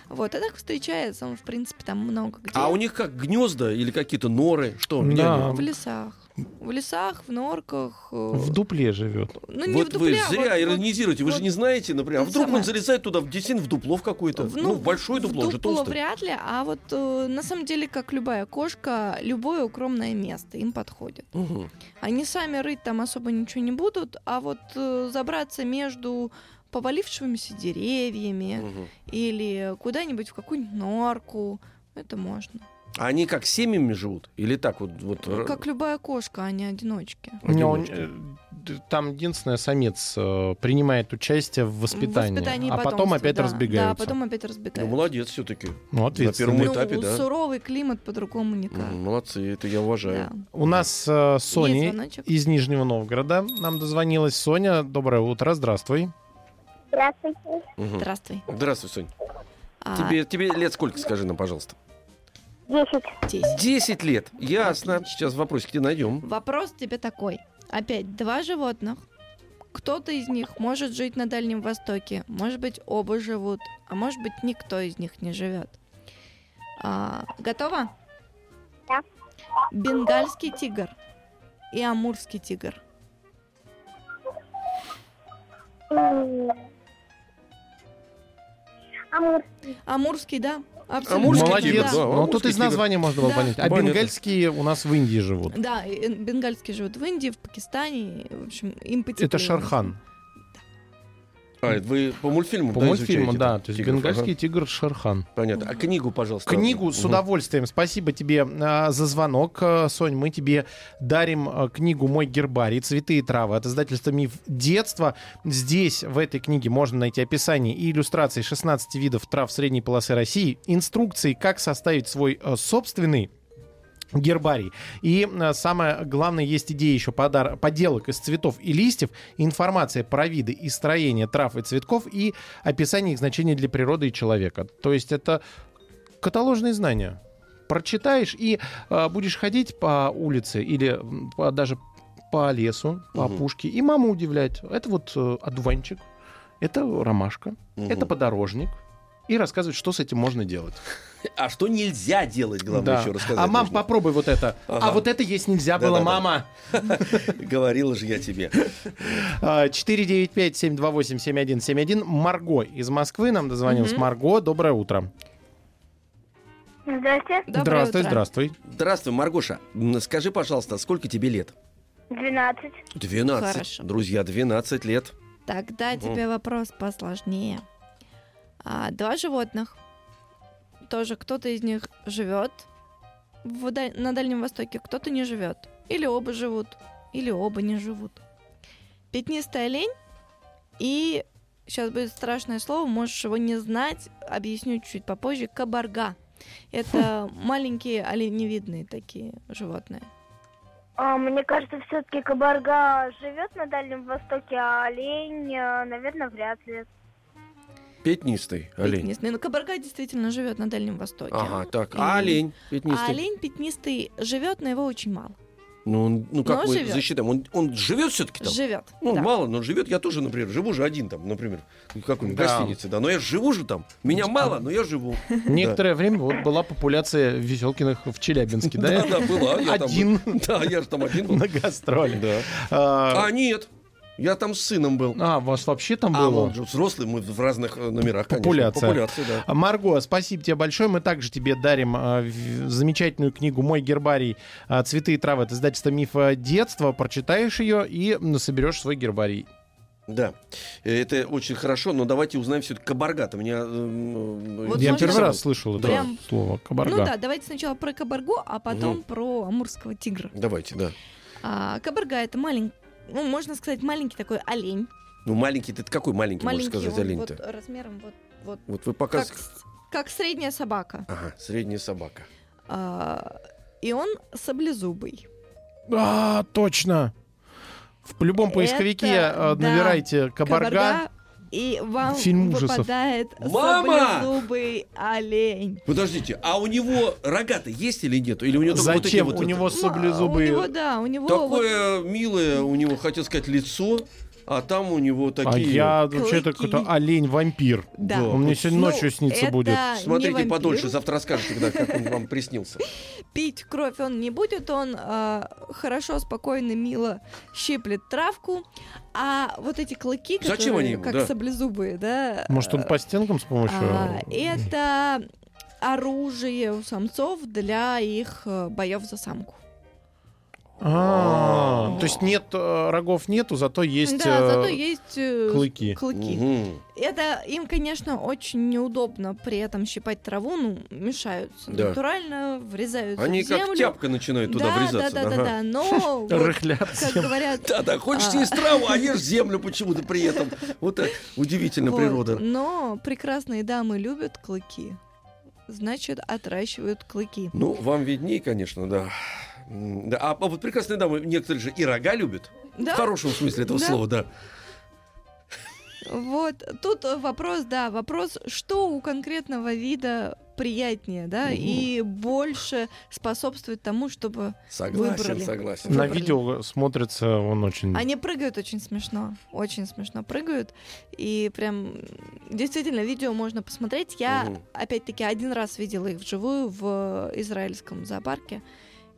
D: Вот. а так встречается он, в принципе, там много где.
C: А у них как гнезда или какие-то норы? Что? где
B: Да.
C: они?
D: В лесах. В лесах, в норках. э,
B: В дупле живет.
D: Ну, не
C: вот
D: в
C: вы
D: дупле, а
C: зря
D: вот- вот-
C: иронизируете, вы же
D: вот
C: не знаете, например. А
D: ты
C: вдруг
D: сама.
C: он залезает туда в десин, в дупло в какое-то?
D: В-
C: Ну, в большое
D: в
C: дупло, он же
D: дупло
C: толстый.
D: вряд ли, а вот э, на самом деле, как любая кошка, любое укромное место им подходит.
C: Мгм.
D: Они сами рыть там особо ничего не будут, а вот э, забраться между повалившимися деревьями
C: Мгм.
D: или куда-нибудь в какую-нибудь норку, это можно.
C: А они как семьями живут? Или так вот? вот р-
D: Как любая кошка, а не одиночки.
B: Ну, он,
C: Одиночки.
B: э, д- там единственное, самец э, принимает участие в воспитании,
D: В воспитании и
B: а потом
D: потомстве,
B: опять
D: да.
B: разбегаются.
D: Да, потом опять
C: Ну,
D: разбегаются.
C: молодец все-таки.
B: Ну, ответственно.
C: На первом
D: Ну,
C: этапе, да.
D: суровый климат по-другому никак.
C: Молодцы, это я уважаю.
D: Да.
B: У нас э,
D: Ну, Есть
B: Соня
D: звоночек.
B: из Нижнего Новгорода нам дозвонилась. Соня, доброе утро, здравствуй.
E: Здравствуйте.
C: Мгм.
D: Здравствуй.
C: Здравствуй, Сонь.
D: А,
C: Тебе, тебе лет сколько, скажи нам, пожалуйста?
E: Десять.
D: здесь.
C: 10 лет. Ясно.
D: Отлично.
C: Сейчас вопросик тебе найдем.
D: Вопрос тебе такой. Опять два животных. Кто-то из них может жить на Дальнем Востоке, может быть, оба живут, а может быть, никто из них не живет. А, готова?
E: Да.
D: Бенгальский тигр и амурский тигр.
E: М. Амур.
D: Амурский, да? Абсолютно.
C: Амурский
D: верно,
B: Молодец.
C: тигр,
D: да.
C: да,
B: Но тут
C: амурский
B: из
C: тигр.
B: названия можно было
D: Да.
B: понять. А
C: Понятно.
B: бенгальские у нас в Индии живут.
D: Да, и, э, бенгальские живут в Индии, в Пакистане, и, в общем, им потеплее.
B: Это Шархан.
C: А, это вы по мультфильму,
B: По
C: да,
B: мультфильму,
C: изучаете
B: да.
C: там
B: То есть
C: тигров? Ага,
B: бенгальский тигр Шархан.
C: Понятно. А книгу, пожалуйста.
B: Книгу с
C: Мгм.
B: удовольствием. Спасибо тебе а, за звонок, а, Сонь. Мы тебе дарим а, книгу «Мой гербарий. Цветы и травы» от издательства «Миф детства». Здесь, в этой книге, можно найти описание и иллюстрации 16 видов трав средней полосы России, инструкции, как составить свой а, собственный гербарий. И э, самое главное, есть идея еще подар- поделок из цветов и листьев, информация про виды и строение трав и цветков и описание их значения для природы и человека. То есть это каталожные знания. Прочитаешь и э, будешь ходить по улице или м, по- даже по лесу, по
C: Мгм.
B: опушке, и маму удивлять. Это вот э, одуванчик, это ромашка,
C: Мгм.
B: это подорожник. И рассказывать, что с этим можно делать.
C: А что нельзя делать, главное,
B: Да.
C: еще рассказать.
B: а мам,
C: нужно.
B: попробуй вот это.
C: Ага.
B: А вот это есть нельзя было,
C: Да-да-да.
B: мама.
C: Говорила же я тебе.
B: А, 495-728-7171. Марго из Москвы нам дозвонилась.
D: Мгм.
B: Марго, доброе утро.
E: Здрасте.
D: Доброе
B: здравствуй,
D: утро.
B: здравствуй.
C: Здравствуй, Маргоша. М, Скажи, пожалуйста, а сколько тебе лет?
E: Двенадцать.
C: 12.
D: Хорошо.
C: Друзья, 12 лет.
D: Тогда тебе вопрос посложнее. А, два животных. Тоже кто-то из них живет в даль- на Дальнем Востоке, кто-то не живет. Или оба живут, или оба не живут. Пятнистая лень и сейчас будет страшное слово, можешь его не знать, объясню чуть попозже. Кабарга. Это маленькие оленевидные такие животные.
E: А, мне кажется, все-таки кабарга живет на Дальнем Востоке, а олень, э, наверное, вряд ли.
C: Пятнистый олень.
D: Пятнистые. Ну, кабарга действительно живет на Дальнем Востоке.
C: Ага, так.
D: И-
C: А олень
D: А
C: пятнистый?
D: олень пятнистый живет, но его очень мало.
C: Ну, он, ну как
D: Но
C: мы
D: живет.
C: засчитаем? Он, он живет все-таки там?
D: Живет.
C: Ну,
D: да.
C: мало, но живет. Я тоже, например, живу же один там, например, в какой-нибудь
B: Да. а
C: гостинице, да. Но я живу же там. Меня мало, но я живу.
B: Некоторое время вот была популяция Веселкиных в Челябинске,
C: Да,
B: да?
C: да, была. я там
B: Один
C: был. Да, я же там один был.
B: на гастроли.
C: Да.
B: А,
C: А, нет. Я там с сыном был.
B: а, вас вообще там
C: А
B: было?
C: он же взрослый, мы в разных э, номерах, конечно.
B: Популяция.
C: Популяция, да.
B: А, Марго, спасибо тебе большое. Мы также тебе дарим а, в- замечательную книгу «Мой гербарий. а, Цветы и травы» от издательства «Мифа детства». Прочитаешь ее и м, соберешь свой гербарий.
C: Да, Э, это очень хорошо, но давайте узнаем все-таки кабаргата. Меня, э, эм,
D: Вот
B: Я
D: можно-
B: первый раз слышал это
D: Прям-
B: слово. Кабарга.
D: Ну да, давайте сначала про кабаргу, а
B: Ну.
D: потом про амурского тигра.
C: Давайте, да.
D: А, кабарга это маленький, ну, можно сказать, маленький такой олень.
C: Ну, маленький, ты какой маленький,
D: маленький
C: можешь сказать,
D: он
C: олень-то?
D: вот размером вот, вот
C: Вот вы
D: как,
C: пока...
D: с- как средняя собака.
C: Ага, средняя собака.
D: А, и он саблезубый.
B: А, точно. В любом
D: Это,
B: поисковике э,
D: да.
B: набирайте кабарга.
D: И вам
B: Фильм ужасов.
D: выпадает
C: Мама!
D: саблезубый олень.
C: Подождите, а у него рогата есть или нет? Или у него только вот эти
B: Зачем?
C: вот
B: у
C: это?
B: него
D: Ну, а У него,
B: саблезубые.
D: да, у него вот
C: Такое милое у него, хотел сказать, лицо, а там у него такие...
B: А я вообще
D: Клыки.
B: это какой-то олень-вампир.
D: Да.
B: Он мне сегодня
D: Ну,
B: ночью снится
D: это
B: будет.
D: не
C: Смотрите
D: вампир.
C: подольше, завтра расскажешь, когда как он вам приснился.
D: Пить кровь он не будет, он э, хорошо, спокойно, мило щиплет травку. А вот эти клыки,
C: Зачем
D: которые
C: они ему,
D: как
C: да?
D: саблезубые, да?
B: Может, он
D: э,
B: по стенкам с помощью... э,
D: а, это оружие у самцов для их э, боев за самку.
B: А, То есть нет, э, рогов нету, зато есть
D: да,
B: э,
D: зато есть э,
B: клыки.
D: клыки.
C: Мгм.
D: Это им, конечно, очень неудобно при этом щипать траву, ну, мешаются
C: Да.
D: натурально, врезаются
C: Они
D: в землю.
C: как тяпка начинают туда
D: да,
C: врезаться.
D: Да, да,
C: ага.
D: да, да, но вот,
B: Рыхлятся.
D: как говорят,
C: Да, да, хочешь
D: А.
C: съесть траву, а ешь землю почему-то при этом. Вот так удивительно
D: Вот,
C: природа.
D: Но прекрасные дамы любят клыки. Значит, отращивают клыки.
C: Ну, вам видней, конечно, да. М, да, а, а вот прекрасные дамы, некоторые же и рога любят.
D: Да?
C: В хорошем смысле этого
D: Да.
C: слова, да.
D: Вот, тут вопрос, да, вопрос, что у конкретного вида приятнее, да, и больше способствует тому, чтобы
C: Согласен,
D: Выбрали.
C: согласен.
B: На
D: Выбрали.
B: видео смотрится он очень...
D: Они прыгают очень смешно, очень смешно прыгают. И прям действительно видео можно посмотреть. Я,
C: Мгм.
D: опять-таки, один раз видела их вживую в э, израильском зоопарке.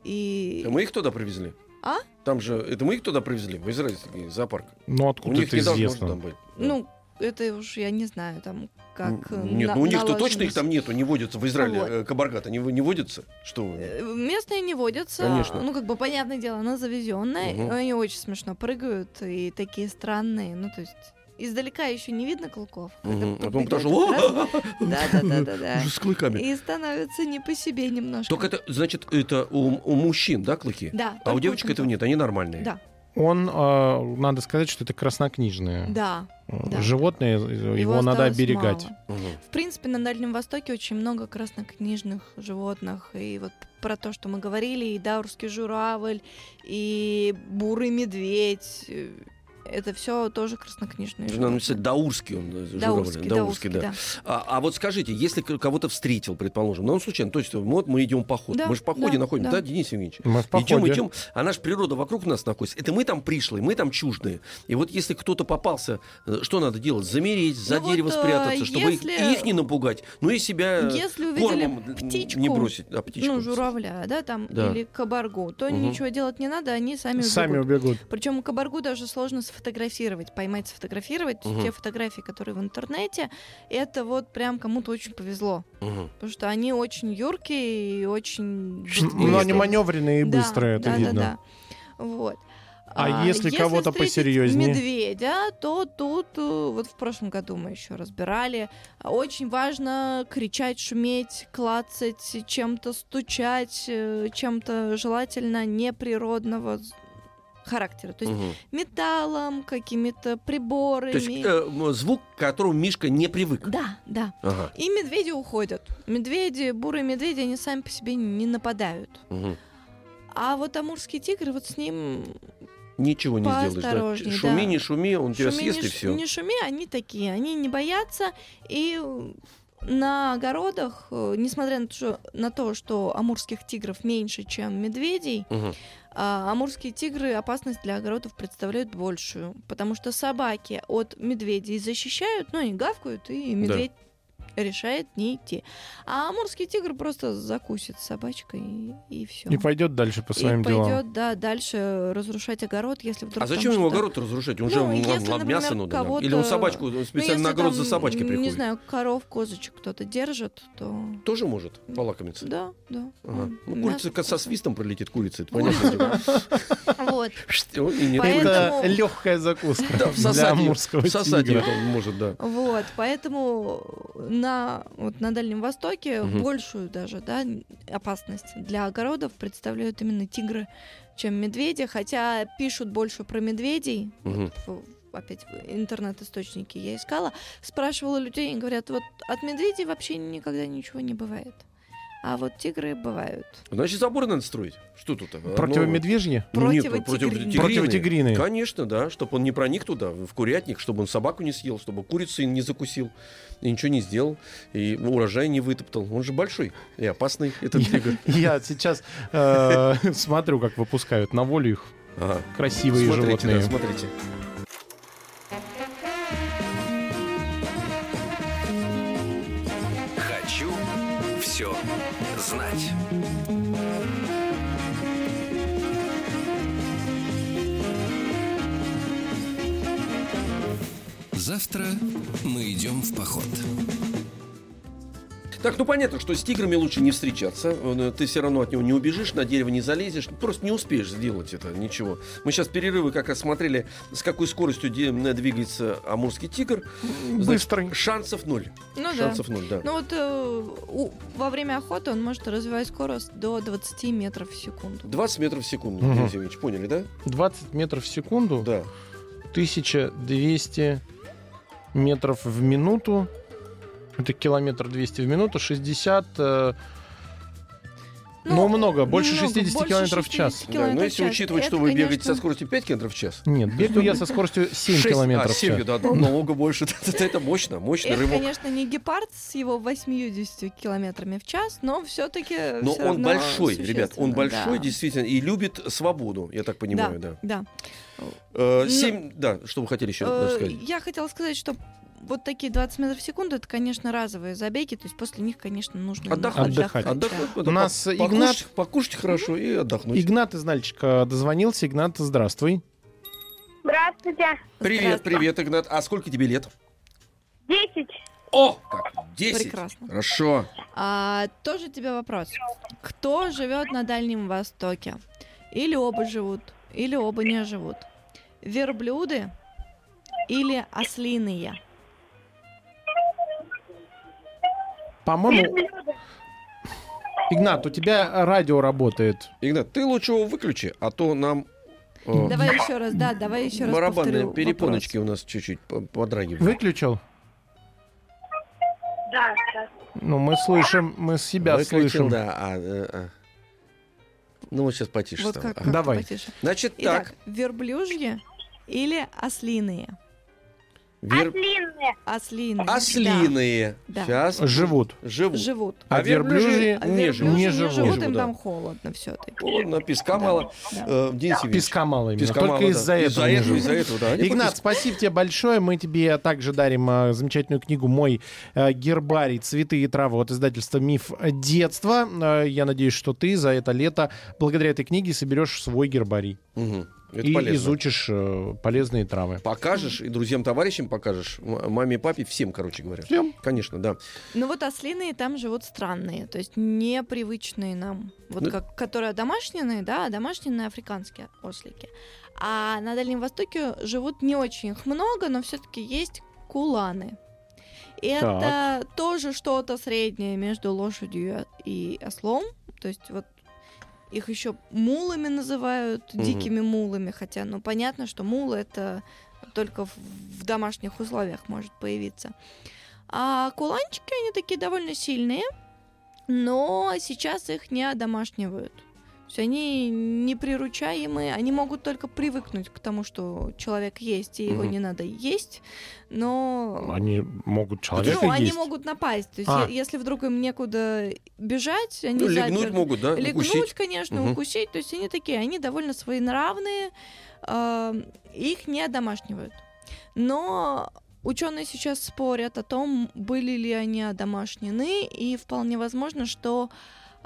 D: И
C: Это Мы их туда привезли?
D: А?
C: Там же, это мы их туда привезли, в израильский зоопарк.
B: Ну,
C: У
B: откуда
C: них
B: это
C: не должно
B: известно?
C: там быть.
D: ну, это уж я не знаю, там как. э,
C: Нет,
D: на-
C: ну у них-то
D: наложено.
C: точно их там нету, не водятся в Израиле
D: Вот.
C: э, кабаргата, не, не водятся? Что вы?
D: Э, Местные не водятся.
C: Конечно.
D: Ну, как бы, понятное дело, она завезенная.
C: Мгм.
D: Они очень смешно прыгают и такие странные. Ну, то есть, издалека еще не видно клыков. когда
C: Мгм. А потом
D: пробегают
C: потому что,
D: раз, Да, да, да, да, да.
C: Уже с клыками.
D: И становится не по себе немножко.
C: Только это, значит, это у, у мужчин, да, клыки?
D: Да.
C: А
D: только
C: у девочек этого
D: концов.
C: нет, они нормальные.
D: Да,
B: Он, э, надо сказать, что это краснокнижное
D: да.
B: э,
D: да.
B: животное, э, его, надо
D: осталось
B: оберегать.
D: мало.
C: Мгм.
D: В принципе, на Дальнем Востоке очень много краснокнижных животных. И вот про то, что мы говорили, и даурский журавль, и бурый медведь. э, Это все тоже краснокнижные
C: Надо
D: животные.
C: написать Даурский он, э, журавль.
D: Даурский, даурский, да.
C: А, а вот скажите, если к- кого-то встретил, предположим, ну, он случайно, то есть вот мы идем в поход,
D: Да,
C: мы же в походе
D: да,
C: находим, да,
D: да.
C: Денис Евгеньевич?
B: Мы в походе.
C: Идем, идем, а наша природа вокруг нас находится. Это мы там пришли, мы там чуждые. И вот если кто-то попался, э, что надо делать? Замереть, за
D: Ну вот,
C: дерево
D: э,
C: спрятаться, чтобы их,
D: если-
C: их не напугать, ну и себя
D: Если увидели
C: кормом д-
D: птичку,
C: не бросить. Да, птичку.
D: ну, журавля, да, там,
C: Да.
D: или кабаргу, то
C: Мгм.
D: ничего делать не надо, они сами
B: Сами
D: убегут.
B: убегут.
D: Причем кабаргу даже сложно сфотографировать, поймать, сфотографировать.
C: Мгм.
D: Те фотографии, которые в интернете, это вот прям кому-то очень повезло.
C: Мгм.
D: Потому что они очень юркие и очень...
B: Ш-
D: быстрые.
B: Но они маневренные и
D: Да,
B: быстрые, это
D: да, да,
B: видно.
D: да. Вот.
B: А если кого-то
D: встретить
B: посерьезнее?
D: медведя, то тут, э, вот в прошлом году мы еще разбирали, очень важно кричать, шуметь, клацать, чем-то стучать, э, чем-то желательно неприродного з- характера. То есть
C: Мгм.
D: металлом, какими-то приборами.
C: То есть э, м, звук, к которому Мишка не привык.
D: Да, да.
C: Ага.
D: И медведи уходят. Медведи, бурые медведи, они сами по себе не нападают.
C: Мгм.
D: А вот амурский тигр, вот с ним
C: Ничего не сделаешь. Да. Ч-
D: Поосторожнее,
C: Шуми,
D: да.
C: не шуми, он тебя
D: шуми,
C: съест
D: не,
C: и
D: ш-
C: все.
D: не шуми, они такие, они не боятся. И э, на огородах, э, несмотря на то, что- на то, что амурских тигров меньше, чем медведей, а, амурские тигры опасность для огородов представляют большую, потому что собаки от медведей защищают, но они гавкают, и медведь решает не идти. А амурский тигр просто закусит собачкой и, все.
B: И пойдет дальше по своим делам.
D: пойдет, да, дальше разрушать огород, если вдруг.
C: А
D: там
C: зачем ему
D: что-то-
C: огород разрушать? Он
D: Ну,
C: же м,
D: если,
C: ладно, ладно, мясо,
D: например,
C: ну да.
D: кого-то-
C: Или он собачку
D: Ну,
C: специально на
D: если
C: огород
D: там,
C: за собачкой приходит.
D: Не знаю, коров, козочек кто-то держит, то
C: Тоже может полакомиться?
D: да, да.
C: Ага.
D: он
C: Ну, курица
D: мясо
C: ка- со
D: вкусное.
C: свистом пролетит, курица, это понятно. дело.
D: Вот.
C: Пшт, и нет
D: Поэтому-
C: курицы.
B: Это легкая закуска
C: Да, в
B: для
C: сосаде.
B: амурского
C: В сосаде
B: тигра.
C: это он может, да.
D: Вот, поэтому на, вот на Дальнем Востоке
C: Мгм.
D: большую даже да, опасность для огородов представляют именно тигры, чем медведи, хотя пишут больше про медведей,
C: Мгм.
D: в- опять в интернет-источники я искала, спрашивала людей, и говорят, вот от медведей вообще никогда ничего не бывает. А вот тигры бывают.
C: Значит, забор надо строить. Что тут? а,
B: Противомедвежье?
C: ну, нет,
D: Противотигриные.
C: противотигриные.
B: Противотигриные.
C: Конечно, да, чтобы он не проник туда, в курятник, чтобы он собаку не съел, чтобы курицу не закусил, и ничего не сделал, и урожай не вытоптал. Он же большой и опасный, этот тигр.
B: Я сейчас э, смотрю, как выпускают на волю их
C: Ага.
B: красивые
C: Смотрите, да,
B: животные.
C: смотрите.
A: Хочу все знать. Завтра мы идем в поход.
C: Так, ну понятно, что с тиграми лучше не встречаться. Он, э, Ты все равно от него не убежишь, на дерево не залезешь. Просто не успеешь сделать это, ничего. Мы сейчас перерывы как раз смотрели, с какой скоростью де- м, двигается амурский тигр. Значит,
B: Быстрый.
C: Шансов ноль.
D: Ну да.
C: Шансов ноль, да.
D: Ну вот э, у- во время охоты он может развивать скорость до 20 метров в секунду.
C: 20 метров в секунду,
B: Мгм.
C: Денис Евгеньевич, поняли, да?
B: 20 метров в секунду,
C: Да.
B: 1200 метров в минуту. Это километр 200 в минуту, 60... э, Ну, много, больше
D: много,
B: 60
D: больше
B: километров в час.
D: 60
C: Да, но
D: километров в
C: Ну, если
D: час,
C: учитывать, что
D: это,
C: вы бегаете
D: конечно,
C: со скоростью 5 километров в час.
B: Нет, бегаю я со скоростью 7
C: шесть-
B: километров
C: а,
B: в
C: 7,
B: час.
C: да, да, намного больше. Это это мощно, мощный
D: Это,
C: рывок.
D: конечно, не гепард с его 80 километрами в час, но все-таки.
C: Но он большой, ребят, он большой, действительно, и любит свободу, я так понимаю, да.
D: Да.
C: Э,
D: Ну,
C: Семь, да, что вы хотели еще
D: Э,
C: рассказать?
D: Я хотела сказать, что вот такие 20 метров в секунду это, конечно, разовые забеги, то есть после них, конечно, нужно немного
C: Отдохнуть.
B: Отдыхать.
D: да.
C: Отдохнуть.
B: У нас
C: по-
B: Игнат-
C: покушать- Покушать хорошо и отдохнуть.
B: Игнат из Нальчика дозвонился. Игнат, здравствуй.
E: Здравствуйте.
C: Привет,
D: Здравствуй.
C: привет, Игнат. А сколько тебе лет?
E: Десять.
C: О, как, 10.
D: Прекрасно.
C: Хорошо.
D: А, тоже тебе вопрос. Кто живет на Дальнем Востоке? Или оба живут, или оба не живут. Верблюды или ослиные?
B: По-моему, Игнат, у тебя радио работает.
C: Игнат, ты лучше его выключи, а то нам э,
D: Давай еще раз, да, давай еще раз
C: барабанные
D: повторю
C: перепоночки у нас чуть-чуть по- подрагивают.
B: Выключил?
E: Да, да.
B: Ну, мы слышим, мы себя
C: Выключил,
B: слышим.
C: Да, а, э, а. Ну, вот сейчас потише
D: вопрос. Вот
C: стало.
D: как, как-то
B: Давай.
D: потише.
C: Значит
D: Итак,
C: так,
D: верблюжьи или ослиные?
C: вер-
D: Ослиные.
E: Ослиные.
D: да,
C: ослиные
D: Да.
C: сейчас
B: Живут.
C: живут.
D: живут.
B: А,
C: А
B: верблюжьи...
C: верблюжьи-
D: А
C: Не
D: верблюжьи
C: живут.
B: Не
D: не
B: живут.
D: живут,
B: Не
D: им
C: живут,
D: там
C: да.
D: холодно все-таки.
C: Холодно, песка мало. Э, Денис Евгеньевич,
B: Песка мало именно.
C: песка
B: Только
C: мало, да.
B: из-за этого.
C: Из-за
B: не
C: этого,
B: живут.
C: из-за этого, да. Они по
B: Игнат, спасибо тебе большое. Мы тебе также дарим э, замечательную книгу «Мой э, гербарий. Цветы и травы» от издательства «Миф детства». Э, я надеюсь, что ты за это лето, благодаря этой книге, соберешь свой гербарий.
C: Мгм. Это
B: и
C: полезно.
B: изучишь э, полезные травы.
C: Покажешь и друзьям, товарищам покажешь, м- маме, папе, всем, короче говоря.
B: Всем.
C: Конечно, да.
D: Ну вот ослиные там живут странные, то есть непривычные нам, вот
C: Ну-
D: как, которые домашние, да, домашние африканские ослики. А на Дальнем Востоке живут не очень их много, но все-таки есть куланы. И это тоже что-то среднее между лошадью и ослом, то есть вот их еще мулами называют,
C: Мгм.
D: дикими мулами, хотя, ну, понятно, что мул это только в- в домашних условиях может появиться. А куланчики, они такие довольно сильные, но сейчас их не одомашнивают. То есть они неприручаемые, они могут только привыкнуть к тому, что человек есть, и его
C: Мгм.
D: не надо есть, но...
B: Они могут
C: А
B: человека
D: ну, они
B: есть.
D: могут напасть. То есть,
B: А.
D: е- если вдруг им некуда бежать, они
C: Ну, легнуть
D: заперты.
C: могут, да?
D: Легнуть,
C: укусить.
D: конечно,
C: Мгм.
D: укусить. То есть они такие, они довольно своенравные, э, их не одомашнивают. Но ученые сейчас спорят о том, были ли они одомашнены, и вполне возможно, что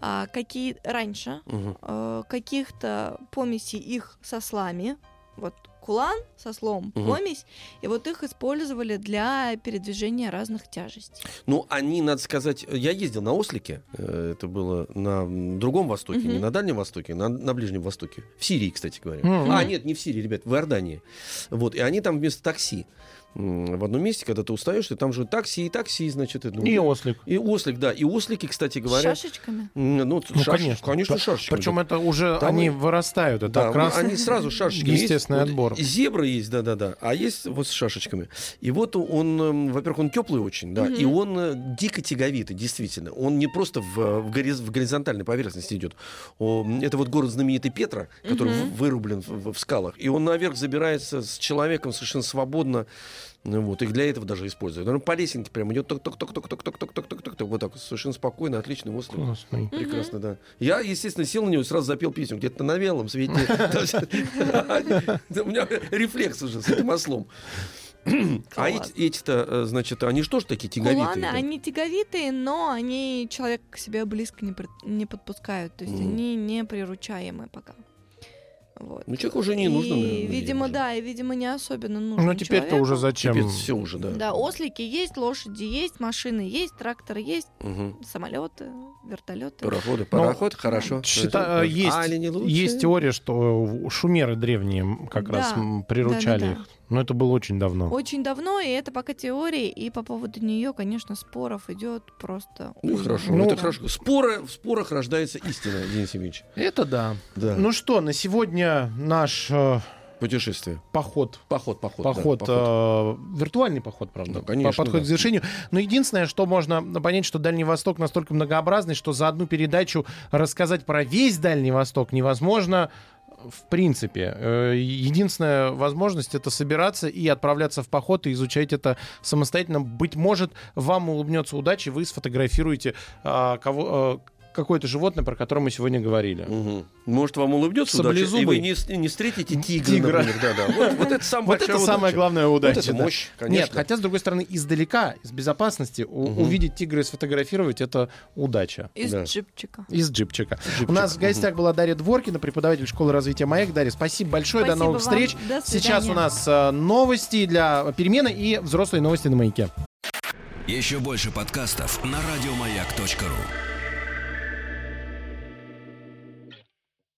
D: а, какие раньше
C: Мгм.
D: э, каких-то помесей их со слами, вот кулан со слом,
C: Мгм.
D: помесь, и вот их использовали для передвижения разных тяжестей.
C: Ну, они, надо сказать, я ездил на ослике, э, это было на м, другом Востоке,
D: Мгм.
C: не на Дальнем Востоке, на, на Ближнем Востоке, в Сирии, кстати говоря.
B: Мгм.
C: А, нет, не в Сирии, ребят, в Иордании. Вот, и они там вместо такси. м, В одном месте, когда ты устаешь, ты там же такси и такси, значит, это, ну,
B: И ослик.
C: и ослик, да, и ослики, кстати
D: С
C: говоря,
D: шашечками.
C: м, ну,
B: Ну,
C: шаш-
B: конечно.
C: конечно,
B: П-
C: шашечки.
B: Причем это уже
C: Там
B: они
C: и-
B: вырастают. Это
C: Да,
B: как
C: ну,
B: раз
C: они сразу с шашечками.
B: естественный
C: есть.
B: отбор.
C: Вот и Зебра есть, да, да, да. А есть вот с шашечками. И вот он, эм, во-первых, он теплый очень, да,
D: Мгм.
C: и он э, дико тяговитый, действительно. Он не просто в, э, в гориз- в горизонтальной поверхности идет. О, м, это вот город знаменитый Петра, который
D: Мгм.
C: в- вырублен в, в скалах. И он наверх забирается с человеком совершенно свободно. Ну, вот, их для этого даже используют. Он по лесенке прям идет ток ток ток ток ток ток ток ток ток ток вот так вот, совершенно спокойно, отличный остров.
B: классный.
C: Прекрасно, да. Я, естественно, сел на него и сразу запел песню. Где-то на вялом свете. У меня рефлекс уже с этим ослом. А
D: Класс.
C: эти- эти-то, э, значит, они что ж такие
D: Куланы,
C: тяговитые?
D: они тяговитые, но они человека к себе близко не, при- не подпускают, то есть
C: Мгм.
D: они не приручаемы пока. Вот.
C: Ну, человеку уже
D: и,
C: не нужно. наверное,
D: видимо,
C: уже.
D: да, и, видимо, не особенно нужно
B: Ну, теперь-то уже зачем?
C: Теперь все уже, да.
D: Да, ослики есть, лошади есть, машины есть, тракторы есть,
C: Мгм.
D: самолеты, вертолеты.
C: Пароходы, пароход, хорошо.
B: Ну, Счита- э, есть,
C: А, олени лучше?
B: есть теория, что шумеры древние м, как
D: Да.
B: раз м, приручали
D: Да-да-да.
B: их. Но это было очень давно.
D: Очень давно, и это пока теория, и по поводу нее, конечно, споров идет просто.
C: Ну,
D: уйма.
C: хорошо,
B: Ну,
C: это хорошо. Споры, в спорах рождается истина, Денис Евгеньевич.
B: Это да.
C: Да.
B: Ну что, на сегодня наш э,
C: Путешествие.
B: Поход.
C: Поход, поход. да,
B: Поход, э, виртуальный поход, правда,
C: Ну, конечно,
B: по- подходит
C: да.
B: к завершению. Но единственное, что можно понять, что Дальний Восток настолько многообразный, что за одну передачу рассказать про весь Дальний Восток невозможно. В принципе, Э, единственная возможность это собираться и отправляться в поход и изучать это самостоятельно. Быть может, вам улыбнется удача, и вы сфотографируете а, кого, э, какое-то животное, про которое мы сегодня говорили.
C: Мгм. Может, вам улыбнется удача,
B: Саблезубый.
C: и вы не, с- не встретите тигра,
B: Тигра.
C: например. Да-да. Вот, вот это самая
B: Вот
C: большая
B: это самая
C: удача.
B: главная удача.
C: Вот это
B: да.
C: мощь, конечно.
B: Нет, хотя, с другой стороны, издалека, из безопасности, у-
C: Мгм.
B: увидеть тигра и сфотографировать — это удача.
D: Из
C: Да.
D: джипчика.
B: Из джипчика. У нас в гостях была Дарья Дворкина, преподаватель школы развития «Маяк». Дарья, спасибо большое,
D: Спасибо
B: до новых
D: вам.
B: встреч.
D: До
B: Сейчас
D: свидания.
B: у нас э, новости для э, перемены и взрослые новости на «Маяке».
A: Еще больше подкастов на радиомаяк.ру.